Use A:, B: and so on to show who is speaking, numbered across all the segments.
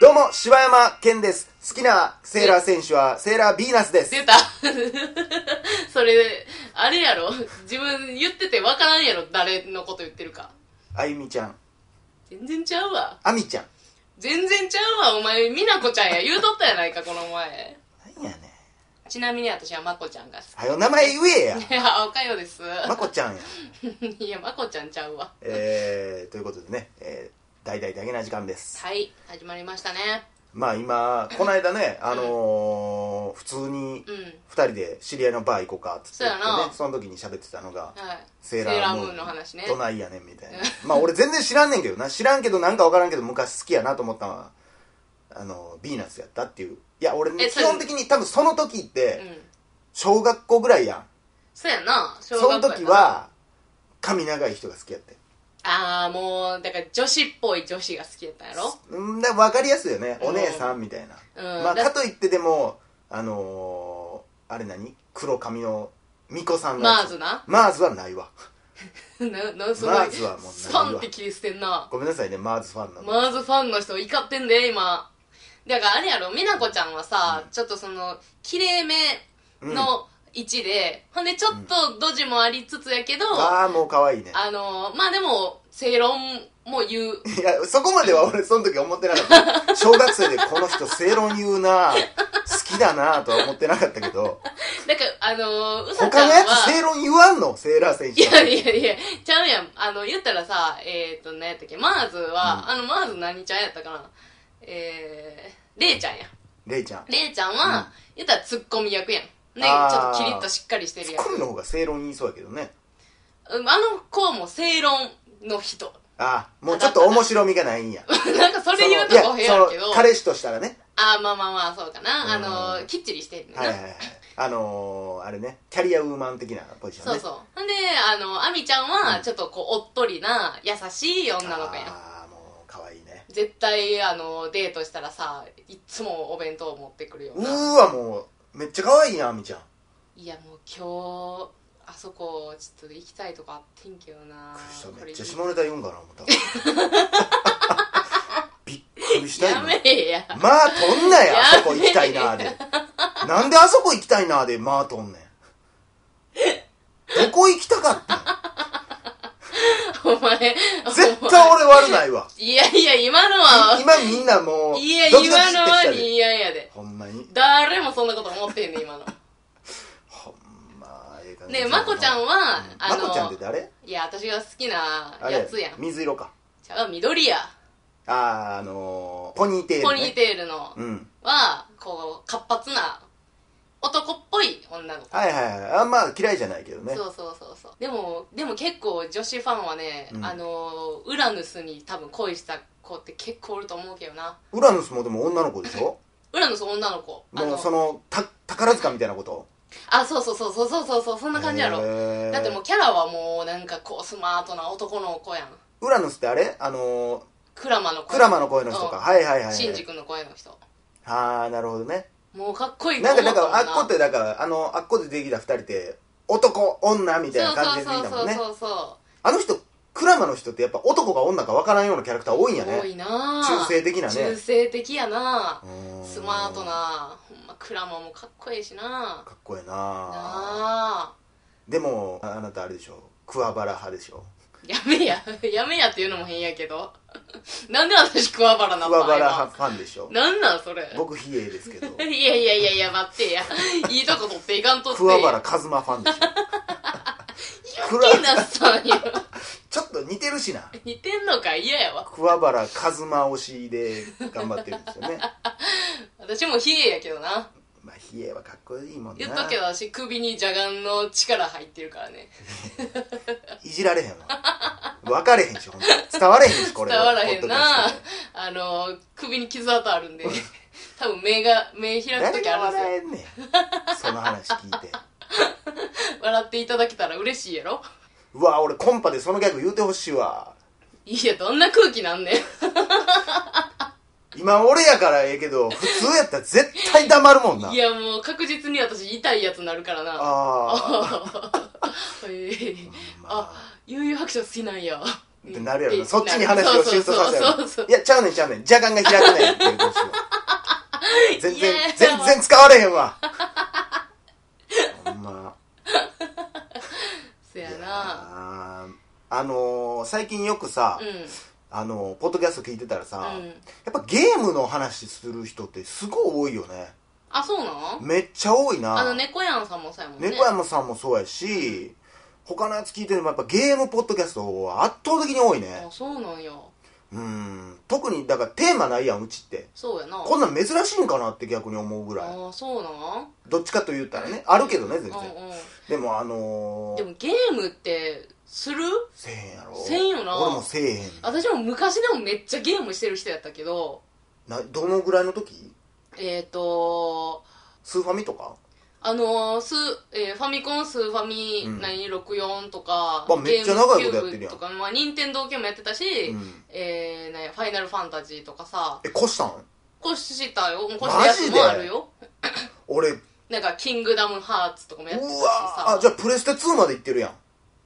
A: どうも、柴山健です。好きなセーラー選手はセーラービーナスです。
B: 出た それあれやろ自分言ってて分からんやろ誰のこと言ってるか
A: あゆみちゃん、
B: 全然ちゃうわ
A: あみちゃん。
B: 全然ちゃうわお前美奈子ちゃんや言うとったやないかこの前
A: なんやねん。
B: ちなみに私はまこちゃんが好
A: はよ、名前言え や。
B: きいやおかよです
A: まこちゃんや。
B: いやまこちゃんちゃうわ
A: えー、ということでね、えー、大々だけな時間です。
B: はい始まりましたね
A: まあ今、この間ね、あのー、普通に
B: うん
A: 二人で知り合いのバー行こうかっつって言って
B: そうや
A: ね
B: な、
A: その時に喋ってたのが、
B: はい
A: セー
B: セーラ
A: ラー
B: ー
A: ム
B: ム
A: ーン
B: ーンの話ね
A: どないやねんみたいな まあ俺全然知らんねんけどな知らんけどなんか分からんけど昔好きやなと思ったのはあのヴィーナスやったっていういや俺ね
B: え
A: 基本的に多分その時っ
B: う
A: て
B: ん
A: 小学校ぐらいやん
B: そうやな小
A: その
B: 学校やな
A: 時は髪長い人が好きやって
B: ああもうだから女子っぽい女子が好きやったん やろ
A: うんで分かりやすいよね
B: うん
A: お姉さんみたいな
B: うん
A: まあ
B: だ
A: かといってでもあのーあれ何黒髪の巫女さんの
B: マ
A: や
B: ー
A: つ
B: ズな
A: マーズはないわ
B: ななすご
A: マ
B: い
A: ーズはもう
B: スパンって切り捨てんな
A: ごめんなさいねマーズファンなの
B: マーズファンの人怒ってんで今だからあれやろ美奈子ちゃんはさ、ちょっとその綺麗めの位置で、ほんでちょっとドジもありつつやけど、あ
A: ああもう可愛いね
B: のまあでも正論も言う
A: いや、そこまでは俺その時思ってなかった。 小学生でこの人正論言うな好きだなとは思ってなかったけど、
B: だからあのうさちゃ
A: 他
B: ん
A: のやつ
B: は
A: 正論言わんのセーラー選
B: い
A: 手
B: やいやいや、ちゃうやん。あの、言ったらさ、えっ、ー、と、何やったっけ、マーズは、あの、マーズ何ちゃんやったかなえー、レイちゃんや。
A: レイちゃん。
B: レイちゃんは、
A: うん
B: 言ったらツッコミ役やん。ね、ち
A: あー
B: ょっとキリッとしっかりしてる
A: ツッ
B: やん。
A: コミの方が正論言いそうやけどね。
B: うんあの子も正論の人。
A: ああ、もうちょっと面白みがないんや。
B: なんかそれ言うと
A: その
B: 語弊やけ
A: いや
B: ど
A: その。彼氏としたらね。
B: あーまあまあまあ、そうか
A: うん
B: な。あの、きっちりしてるねんな。
A: はいはいはい。あのー、あれね、キャリアウーマン的なポジション
B: そう
A: ね。
B: そう。ほんで、あの、アミちゃん
A: う
B: は、
A: ん
B: ちょっとこう、おっとりな、優しい女の子やん。
A: ああ、もう可愛いね。
B: 絶対、あの、デートしたらさ、いっつもお弁当を持ってくるよ
A: う
B: う
A: ー
B: な。
A: わ、もう、めっちゃ可愛いやん、あみちゃん。
B: いや、もう今日、あそこ、ちょっと行きたいとかあってんけどな
A: びっくりした。めっ
B: これ
A: ちゃ下ネタ言うんかな思っ た。びっくりした
B: や
A: よ。
B: めえや。
A: まあとんなや、
B: や
A: あそこ行きたいなーで。なんであそこ行きたいなーで、まあとんねん。どこ行きたか った
B: お前、お前
A: 絶対俺悪ないわ。
B: いやいや、今のは、
A: 今みんなもう、
B: いや、
A: ドキドキ
B: 今のは
A: してきたで。
B: いやいやで。
A: ほんまに。
B: 誰もそんなこと思ってんねん今の。
A: ほんま、ええ感じ。
B: ねえ、まこちゃんは、あ
A: まこちゃんって
B: の、
A: 誰
B: いや、私が好きな
A: あれ
B: やつやん。
A: 水色か。
B: ちゃう、緑や。
A: あー、あのー、ポニーテー
B: ポ
A: ル、
B: ニ
A: ね
B: ー。テールの
A: うん。
B: は、こう、活発な、男っぽい女の子。
A: はいはいはい。あんまあ嫌いじゃないけどね。
B: そうそうそうそう。でも、でも結構女子ファンはね、
A: うん
B: あの、ウラヌスに多分恋した子って結構おると思うけどな。
A: ウラヌスもでも女の子でしょ
B: ウラヌス女の子。あ
A: もう
B: の
A: そ、のた宝塚みたいなこと
B: あ、そうそうそうそうそうそうそう、そんな感じやろ。
A: へー
B: だってもうキャラはもうなんかこうスマートな男の子やん
A: ウラヌスってあれあのー、
B: クラマの
A: クラマの声の人か、はいはいはい、
B: う
A: は
B: ん
A: い、
B: シンジ君の声の人
A: ああなるほどね
B: もうかっこいいと
A: な
B: 思
A: んか
B: った
A: だか
B: もん
A: ら
B: な
A: あっこってだからあのあっこでできた二人って男女みたいな感じでできたもんね
B: そうそうそうそ
A: あの人クラマの人ってやっぱ男か女かわからんようなキャラクター多いん
B: う
A: や
B: そう多
A: ね
B: いなぁ
A: 中性的なね
B: 中性的やなぁ
A: うーん
B: スマートなほんまクラマもかっこいいしなぁ
A: かっこええな
B: なあ
A: でもああなたあれでしょ桑原派でしょ
B: やめや やめやっていうのも変やけど なんで私桑原な
A: 桑
B: の
A: 原派ファンでしょ
B: なんなんそれ
A: 僕比叡ですけど
B: いやいやいやいや待ってや いいとこ取っていかんとって
A: 桑原一馬ファン でしょクラ
B: けなさんや
A: ちょっと似てるしな
B: 似てんのか嫌やわ
A: 桑原一馬推しで頑張ってるんですよ ね
B: 私も冷えやけどな
A: まあ比叡はかっこいいもんな
B: 言っとくけど私首にジャガンの力入ってるからね
A: いじられへんわ分かれへんしほんと伝われへんしこれ
B: 伝わらへ
A: ポ
B: んな
A: ッドキャス
B: あの首に傷跡あるんで多分目が目
A: ト
B: 開
A: で誰
B: く時あ
A: が
B: るんですよ
A: 笑えんねんその話聞いて
B: 笑っていただけたら嬉しいやろ
A: うわ俺コンパでそのギャグ言うてほしいわ
B: いやどんな空気なんねん
A: 今俺やからええけど普通やったら絶対黙るもんない
B: やもう確実に私痛いやつになるからなあ
A: ああ
B: えー
A: まあ
B: あ悠々白書好きなんや
A: ってなるやろ
B: う
A: な、
B: ん
A: そっちに話をシフトさせ
B: そうそうそうそう
A: る
B: そう
A: いやちゃうねんちゃうねん邪眼が開くねんって言うとしよう全然
B: いや
A: 全然使われへんわほんま
B: そや
A: いや
B: な
A: ーあのー最近よくさ、
B: うん
A: あのーポッドキャスト聞いてたらさ、
B: うん
A: やっぱゲームの話する人ってすごい多いよね
B: あそうなん
A: めっちゃ多いな
B: あの猫やんさんもそうやもんね
A: 猫山さんもそうやし、他のやつ聞いててもやっぱゲームポッドキャストは圧倒的に多いね
B: あそうなんや
A: うん特にだからテーマないやんうちって
B: そうやな
A: こんなん珍しいんかなって逆に思うぐらい
B: ああそうなん
A: どっちかと言ったらねあるけどね全然
B: うんう
A: でもあの
B: ん
A: ー、
B: でもゲームってする
A: せえへんやろ
B: せんよな
A: 俺もせえへん
B: 私も昔でもめっちゃゲームしてる人やったけど
A: などのぐらいの時
B: えっ、ー、と
A: スーファミとか
B: あのースえーファミコンスーファミ、
A: うん
B: 何64とか、
A: あめっちゃ長いことやってるやん
B: ゲームキューブとか、まあ、任天堂系もやってたし、
A: うん
B: えー、なんやファイナルファンタジーとかさ
A: え越したん
B: こうしたよこうしたやつもあるよ
A: 俺う
B: なんかキングダムハーツとかもやってたし
A: わ
B: さ
A: あじゃあプレステ2まで行ってるやん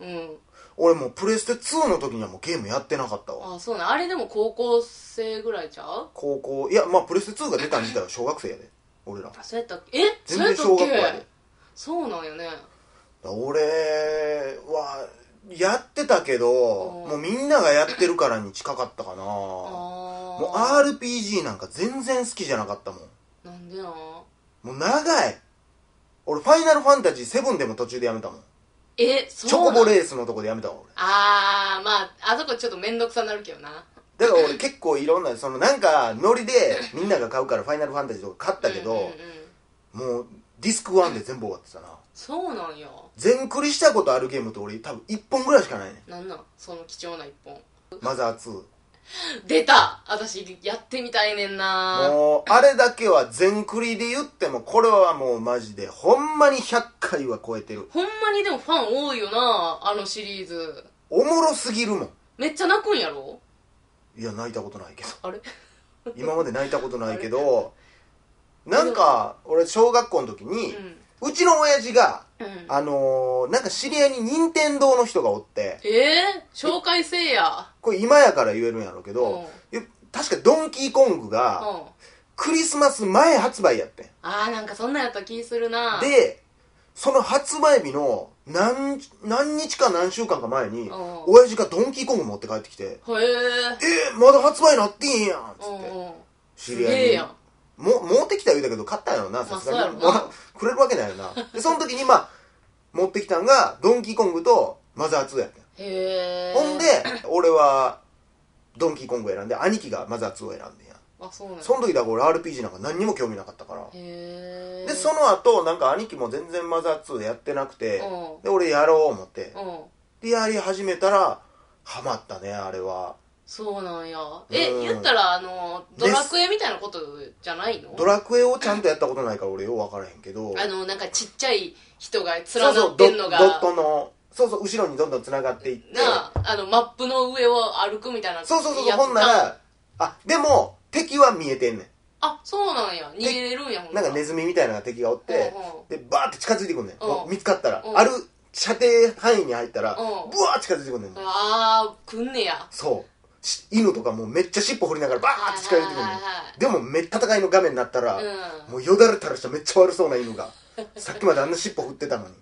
B: うん
A: 俺もうプレステ2の時にはもうゲームやってなかったわ
B: あそうなんあれでも高校生ぐらいちゃう
A: 高校いやまあプレステ2が出たん自体は小学生やで俺ら
B: あそうやったっけえ
A: 全
B: そうや
A: 然
B: ったっ
A: 小学校やで
B: けそうなんよね
A: 俺はやってたけど
B: うん
A: もうみんながやってるからに近かったかな
B: あ
A: もう
B: あ
A: RPG なんか全然好きじゃなかったもん
B: なんでなん
A: もう長い俺ファイナルファンタジー7でも途中でやめたもん
B: えそう
A: チョコ
B: なん
A: ボレースのとこでやめたわ俺
B: ああまああそこちょっと面倒くさなるけどな
A: だから俺結構いろんなそのなんかノリでみんなが買うからファイナルファンタジーとか買ったけど、
B: うんうんうん
A: もうディスク1で全部終わってたな
B: そうなんよ
A: 全クリしたことあるゲームって俺多分1本ぐらいしかないね
B: なんなんその貴重な一本
A: マザー2
B: 出た私やってみたいねんな
A: もうあれだけは全クリで言ってもこれはもうマジでほんまに100回は超えてる
B: ほんまにでもファン多いよなあのシリーズ
A: おもろすぎるもん
B: めっちゃ泣くんやろ
A: いや泣いたことないけど
B: あれ
A: 今まで泣いたことないけどなんか俺小学校の時
B: う
A: に、
B: ん
A: うちの親父が
B: うん
A: あのー、なんか知り合いに任天堂の人がおって
B: えー、紹介せえや
A: これ今やから言えるんやろうけど、いや確かドンキーコング
B: うん
A: が
B: あ
A: クリスマス前発売やってん
B: ーなんかそんなんやった気するな
A: でその発売日の何何日か何週間か前に
B: うん
A: 親父がドンキーコング持って帰ってきて
B: へえ
A: 「えー、まだ発売なってんやん」っつ
B: うん
A: って
B: うん
A: 知
B: す
A: り
B: げ
A: 合
B: え
A: いに
B: やん
A: も持ってきた言うたけど買ったんやろなさすがに
B: まあそうやろな
A: もら くれるわけないよなでその時にまあ持ってきたんがドンキーコングとマザー2やってん
B: へえ
A: ほんで俺はドンキーコング選んで兄貴がマザー2を選んでんや
B: あそうなんや
A: その時だから俺 RPG なんか何にも興味なかったから
B: へえ
A: でその後なんか兄貴も全然マザー2やってなくて
B: うん
A: で俺やろう思って
B: うん
A: でやり始めたらハマったねあれは
B: そうなんやえ、
A: うん
B: 言ったらあのドラクエみたいなことじゃないの
A: ドラクエをちゃんとやったことないから俺よう分からへんけど
B: あのなんかちっちゃい人が連
A: そう
B: な
A: そう
B: っ
A: ド
B: て
A: ド
B: んのが
A: ットのそうそう後ろにどんどんつながっていって
B: なああのマップの上を歩くみたいな
A: そうそうそう
B: やつ
A: ほんならあでも敵は見えてんね
B: あそうなんや逃げれるんやほ
A: んなんかネズミみたいなのが敵がおってでバーって近づいてくんねん
B: うん
A: もう見つかったら
B: うん
A: ある射程範囲に入ったら
B: う
A: ブ
B: ん
A: ワー近づいてくんねん
B: ああー来んねや
A: そうし犬とかもうめっちゃ尻尾振りながらバーって近寄ってくる
B: はいはいはい
A: でもめっ戦いの画面になったら、
B: うん
A: もうよだれ垂らしためっちゃ悪そうな犬 がさっきまであんな尻尾振ってたのに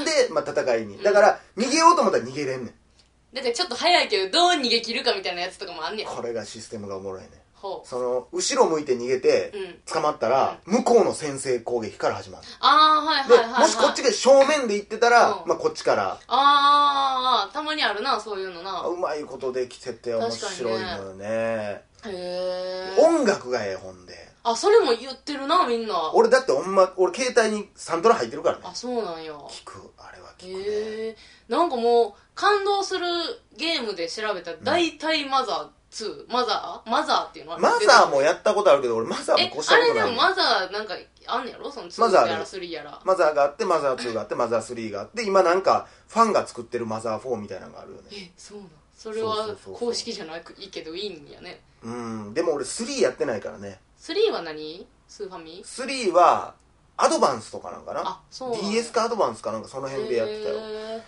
A: んで、まあ、戦いにだから逃げようと思ったら逃げれんねん
B: だってちょっと早いけどどう逃げ切るかみたいなやつとかもあんねや
A: これがシステムがおもろいねん
B: ほう
A: その後ろ向いて逃げて
B: うん
A: 捕まったら、向こうの先制攻撃から始まる
B: ああはい
A: で、
B: はいはい、はい、
A: もしこっちが正面で行ってたら、
B: うん
A: まあ、こっちから
B: ああたまにあるなそういうのな
A: うまいことできてて面白いのよね
B: へえ
A: 音楽がええ本で
B: あそれも言ってるなみんな
A: 俺だってほんま俺携帯にサントラ入ってるからね
B: あそうなんや
A: 聞くあれは聞くね、
B: へえなんかもう感動するゲームで調べたら大体マザー2マザーマザーっていうの
A: マザーもやったことあるけど俺マザー
B: え
A: もこうした
B: あ
A: こ
B: れ
A: と
B: で
A: ない
B: もマザーなんかあんねやろその
A: マザーあ
B: 2
A: る
B: やら3やら
A: マザーがあってマザー2があってマザー3があって今なんかファンが作ってるマザー4みたいなのがあるよね
B: えそうなんそれは
A: そうそうそうそう
B: 公式じゃなくいいけどいいんやね
A: うんでも俺3やってないからね
B: 3は何スーファミ
A: 3はアドバンスとかなんかな
B: あそうなんや
A: DS かアドバンスかなんかその辺でやってたよ
B: へ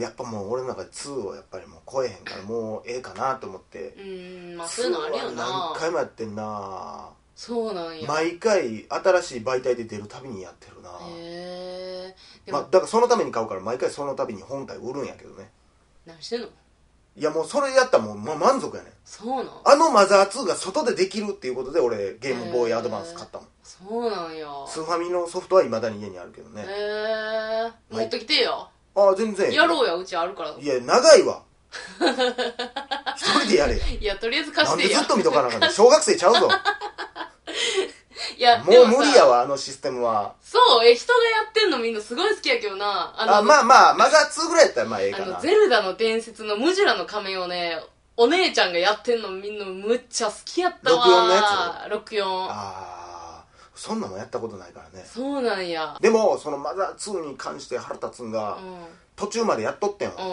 A: やっぱもう俺の中で2をやっぱりもう超えへんからもうええかなと思って
B: うーんまあそういうのあるよ
A: 2は
B: な
A: 何回もやってんな
B: そうなんやへ
A: 毎回新しい媒体で出るたびにやってるな
B: えで
A: まあ
B: も、
A: だからそのために買うから毎回そのたびに本体売るんやけどね
B: 何してんの
A: いやもうそれやったらもう、ま満足やねん
B: そうなん
A: あのマザー2が外でできるっていうことで俺ゲームボーイアドバンス買ったもん
B: そうなんや
A: スーファミのソフトはいまだに家にあるけど
B: へ
A: ね
B: え持ってきてよ
A: ああ全然
B: やろうやうちあるから
A: いや長いわ 一人でやれや
B: いやとりあえず
A: な
B: 貸し
A: ん
B: て
A: でず
B: や
A: っと見とかなあかんねん小学生ちゃ うぞ
B: いや
A: もう
B: でさ
A: 無理やわあのシステムは
B: そうえ人がやってんのみんなすごい好きやけどなあの
A: あまあまあマザー2ぐらいやったらまあええ
B: あ
A: か
B: の
A: な
B: ゼルダの伝説のムジュラの亀をねお姉ちゃんがやってんのみんなむっちゃ好きやったわ64のや
A: ああそんなもんやったことないからね
B: つ64そうなんや
A: でもそのマザー2に関して腹立つんが、
B: う
A: 途中までやっとってんわ
B: ん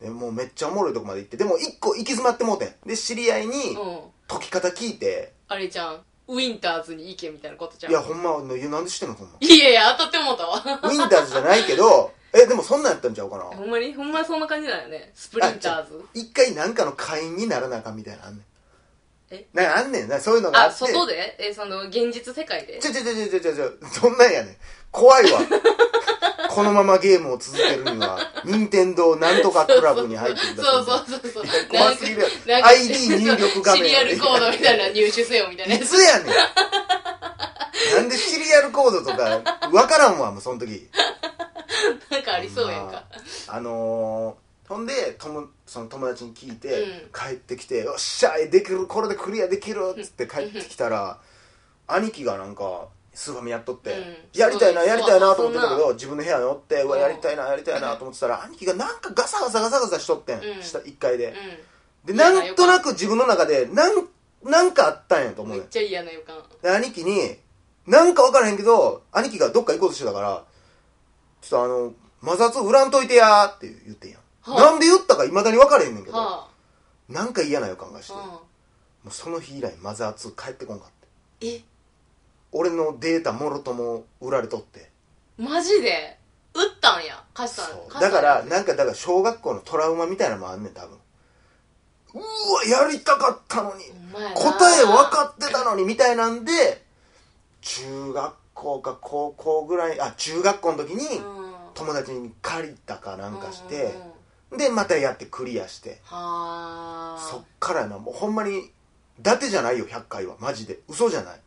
B: うん
A: でもうめっちゃおもろいとこまで行ってでも一個行き詰まってもうてんで知り合いに
B: うん
A: 解き方聞いて、
B: あれじゃんウィンターズに行けみたいなことじゃん
A: いやほんまいやなんでしてんのほんま
B: いやいや当たって思ったわ
A: ウィンターズじゃないけどえでもそんなんやったんちゃうかな
B: ほんまにほんまにそんな感じだよねスプリンターズ
A: 一回なんかの会員にならなあかんみたいなのあんねん
B: え
A: なんかあんねんなそういうのがあ
B: あ
A: って
B: 外でえその現実世界で
A: ちょちょちょちょちょちょそんなんやねん怖い わこのままゲームを続けるには任天堂なんとかクラブに入ってくださ
B: そ
A: いう
B: そうそうそう
A: や怖すぎるやろ
B: なんか
A: ID 入力画面
B: シリアルコードみたいな入手せよみたいなや
A: い
B: つ
A: つやねんなんでシリアルコードとかわからんわもうその時
B: なんかありそうやんか
A: あのーほんでともその友達に聞いて、
B: うん
A: 帰ってきて「よっしゃできるこれでクリアできる」っつって帰ってきたら、兄貴がなんかスーファミやっとって、
B: うん
A: やりたいな
B: そう
A: やりたいなと思って
B: そ
A: た
B: う
A: け
B: そ
A: ど自分の部屋におって「うわ
B: うん
A: やりたいなやりたいな」と思ってたら兄貴がなんかガサガサガサガサしとってん、
B: うん
A: 下1階で、で
B: 嫌
A: な
B: なん
A: となく自分の中でなんなんかあったんやと
B: う
A: 思う
B: んめ
A: ね
B: っ
A: ん
B: ちゃ嫌な予感
A: で兄貴になんか分からへんけど兄貴がどっか行こうとしてたから「ちょっとあの摩擦振らんといてや」って言ってんやん、
B: はあ
A: なんで言ったかいまだに分からへんねんけど、
B: は
A: なんか嫌な予感がして、
B: あ、
A: も
B: はあ、
A: うその日以来マザー2帰ってこんかって
B: え
A: 俺のデータもろとも売られとって
B: マジで打ったんや貸したん
A: そう
B: 貸
A: だ
B: した
A: か
B: んや
A: らなんかだから小学校のトラウマみたいなのもあんねん多分うわやりたかったのに
B: ほんまやな
A: 答え分かってたのにみたいなんで中学校か高校ぐらいあ中学校の時に、
B: うん
A: 友達に借りたかなんかして、
B: うんうんうんは
A: でまたやってクリアして
B: あ
A: そっからやなもうほんまに伊達じゃないよ100回はマジで嘘じゃない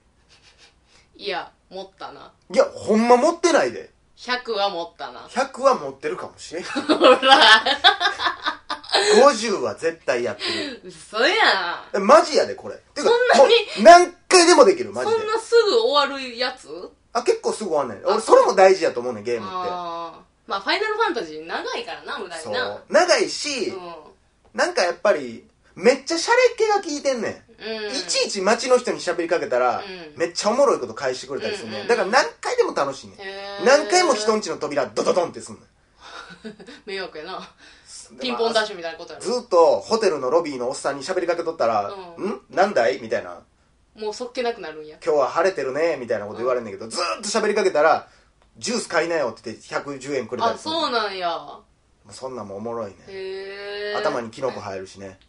B: いや持ったない
A: やほんま持ってないで
B: 100は持ったな
A: 100は持ってるかもしれん
B: ほら
A: 50は絶対やってる
B: 嘘やん
A: えマジやでこれてか
B: そんなに
A: もう何回でもできる
B: そ
A: マ
B: ん
A: ジで
B: なすぐ終わるやつ
A: あ結構すぐ終わんねん
B: あ
A: 俺それも大事やと思うねんゲームって
B: ああまあファイナルファンタジー長いからな無駄
A: そ
B: にな
A: う長いし、なんかやっぱりめっちゃシャレっ気が効いてんねん
B: うん、うん、
A: いちいち街の人に喋りかけたら、
B: うん
A: めっちゃおもろいこと返してくれたりするね、
B: うんうん
A: だから何回でも楽しいね、
B: へー
A: ん、何回も人んちの扉ドドドンってすんねん
B: 迷惑やなピンポンダッシュみたいなことや
A: ず
B: ろ
A: っとホテルのロビーのおっさんに喋りかけとったら「
B: うん
A: んなんだい?」みたいな
B: もうそっけなくなるんや
A: 「今日は晴れてるね」みたいなこと言われるんだけど、ずーっと喋りかけたら「ジュース買いなよ」って言って110円くれた
B: あ
A: りする
B: そうなんや
A: そんなんもおもろいね
B: へえ
A: 頭にキノコ生えるしね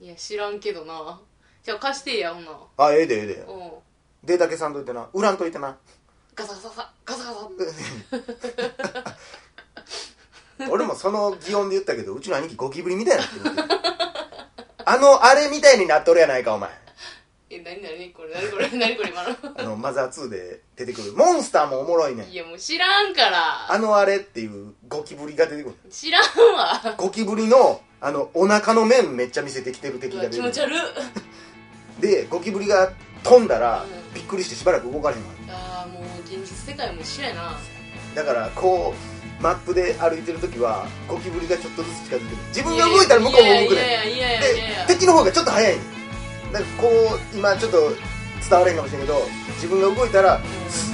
B: いや知らんけどなじゃあ貸してやほんな
A: あええでええで
B: うん
A: データ消さんといてな売らんといてな
B: ガサガサガサガサガサ
A: 俺もその擬音で言ったけどうちの兄貴ゴキブリみたいになってるってあのあれみたいになっとるやないかお前
B: え何何これ何これ 何これ今の
A: あのマザー2で出てくるモンスターもおもろいねん
B: いやもう知らんから
A: あのあれっていうゴキブリが出てくる
B: 知らんわ
A: ゴキブリのあのお腹の面めっちゃ見せてきてる敵
B: う
A: が
B: わ
A: 出
B: 気
A: て
B: 持
A: く
B: ち悪
A: る
B: っ
A: でゴキブリが飛んだら
B: うん
A: びっくりしてしばらく動かれへんわ
B: ああもう現実世界も一緒やな
A: だからこうマップで歩いてる時はゴキブリがちょっとずつ近づいてくる自分が動いたら向こうも動くねん
B: いやいやいやいやいやいや
A: で敵の方がちょっと早いねんなんかこう今ちょっと伝われへんかもしれんけど自分が動いたらス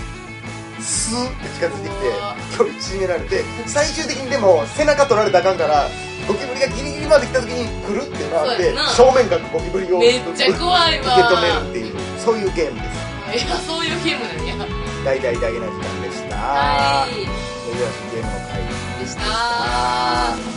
A: ッスーって近づいてきて
B: うわ
A: 距離縮められて最終的にでも背中取られたらあかんからゴキブリがギリギリまで来た時にくるって回っ
B: そうや
A: て
B: な
A: 正面からゴキブリを
B: めっちゃ怖い
A: 受け止
B: わ
A: めるっていうそういうゲームです
B: いやそういうゲームなんや
A: 大々大げな時間でした
B: はい
A: それではゲームの会
B: でした
A: あー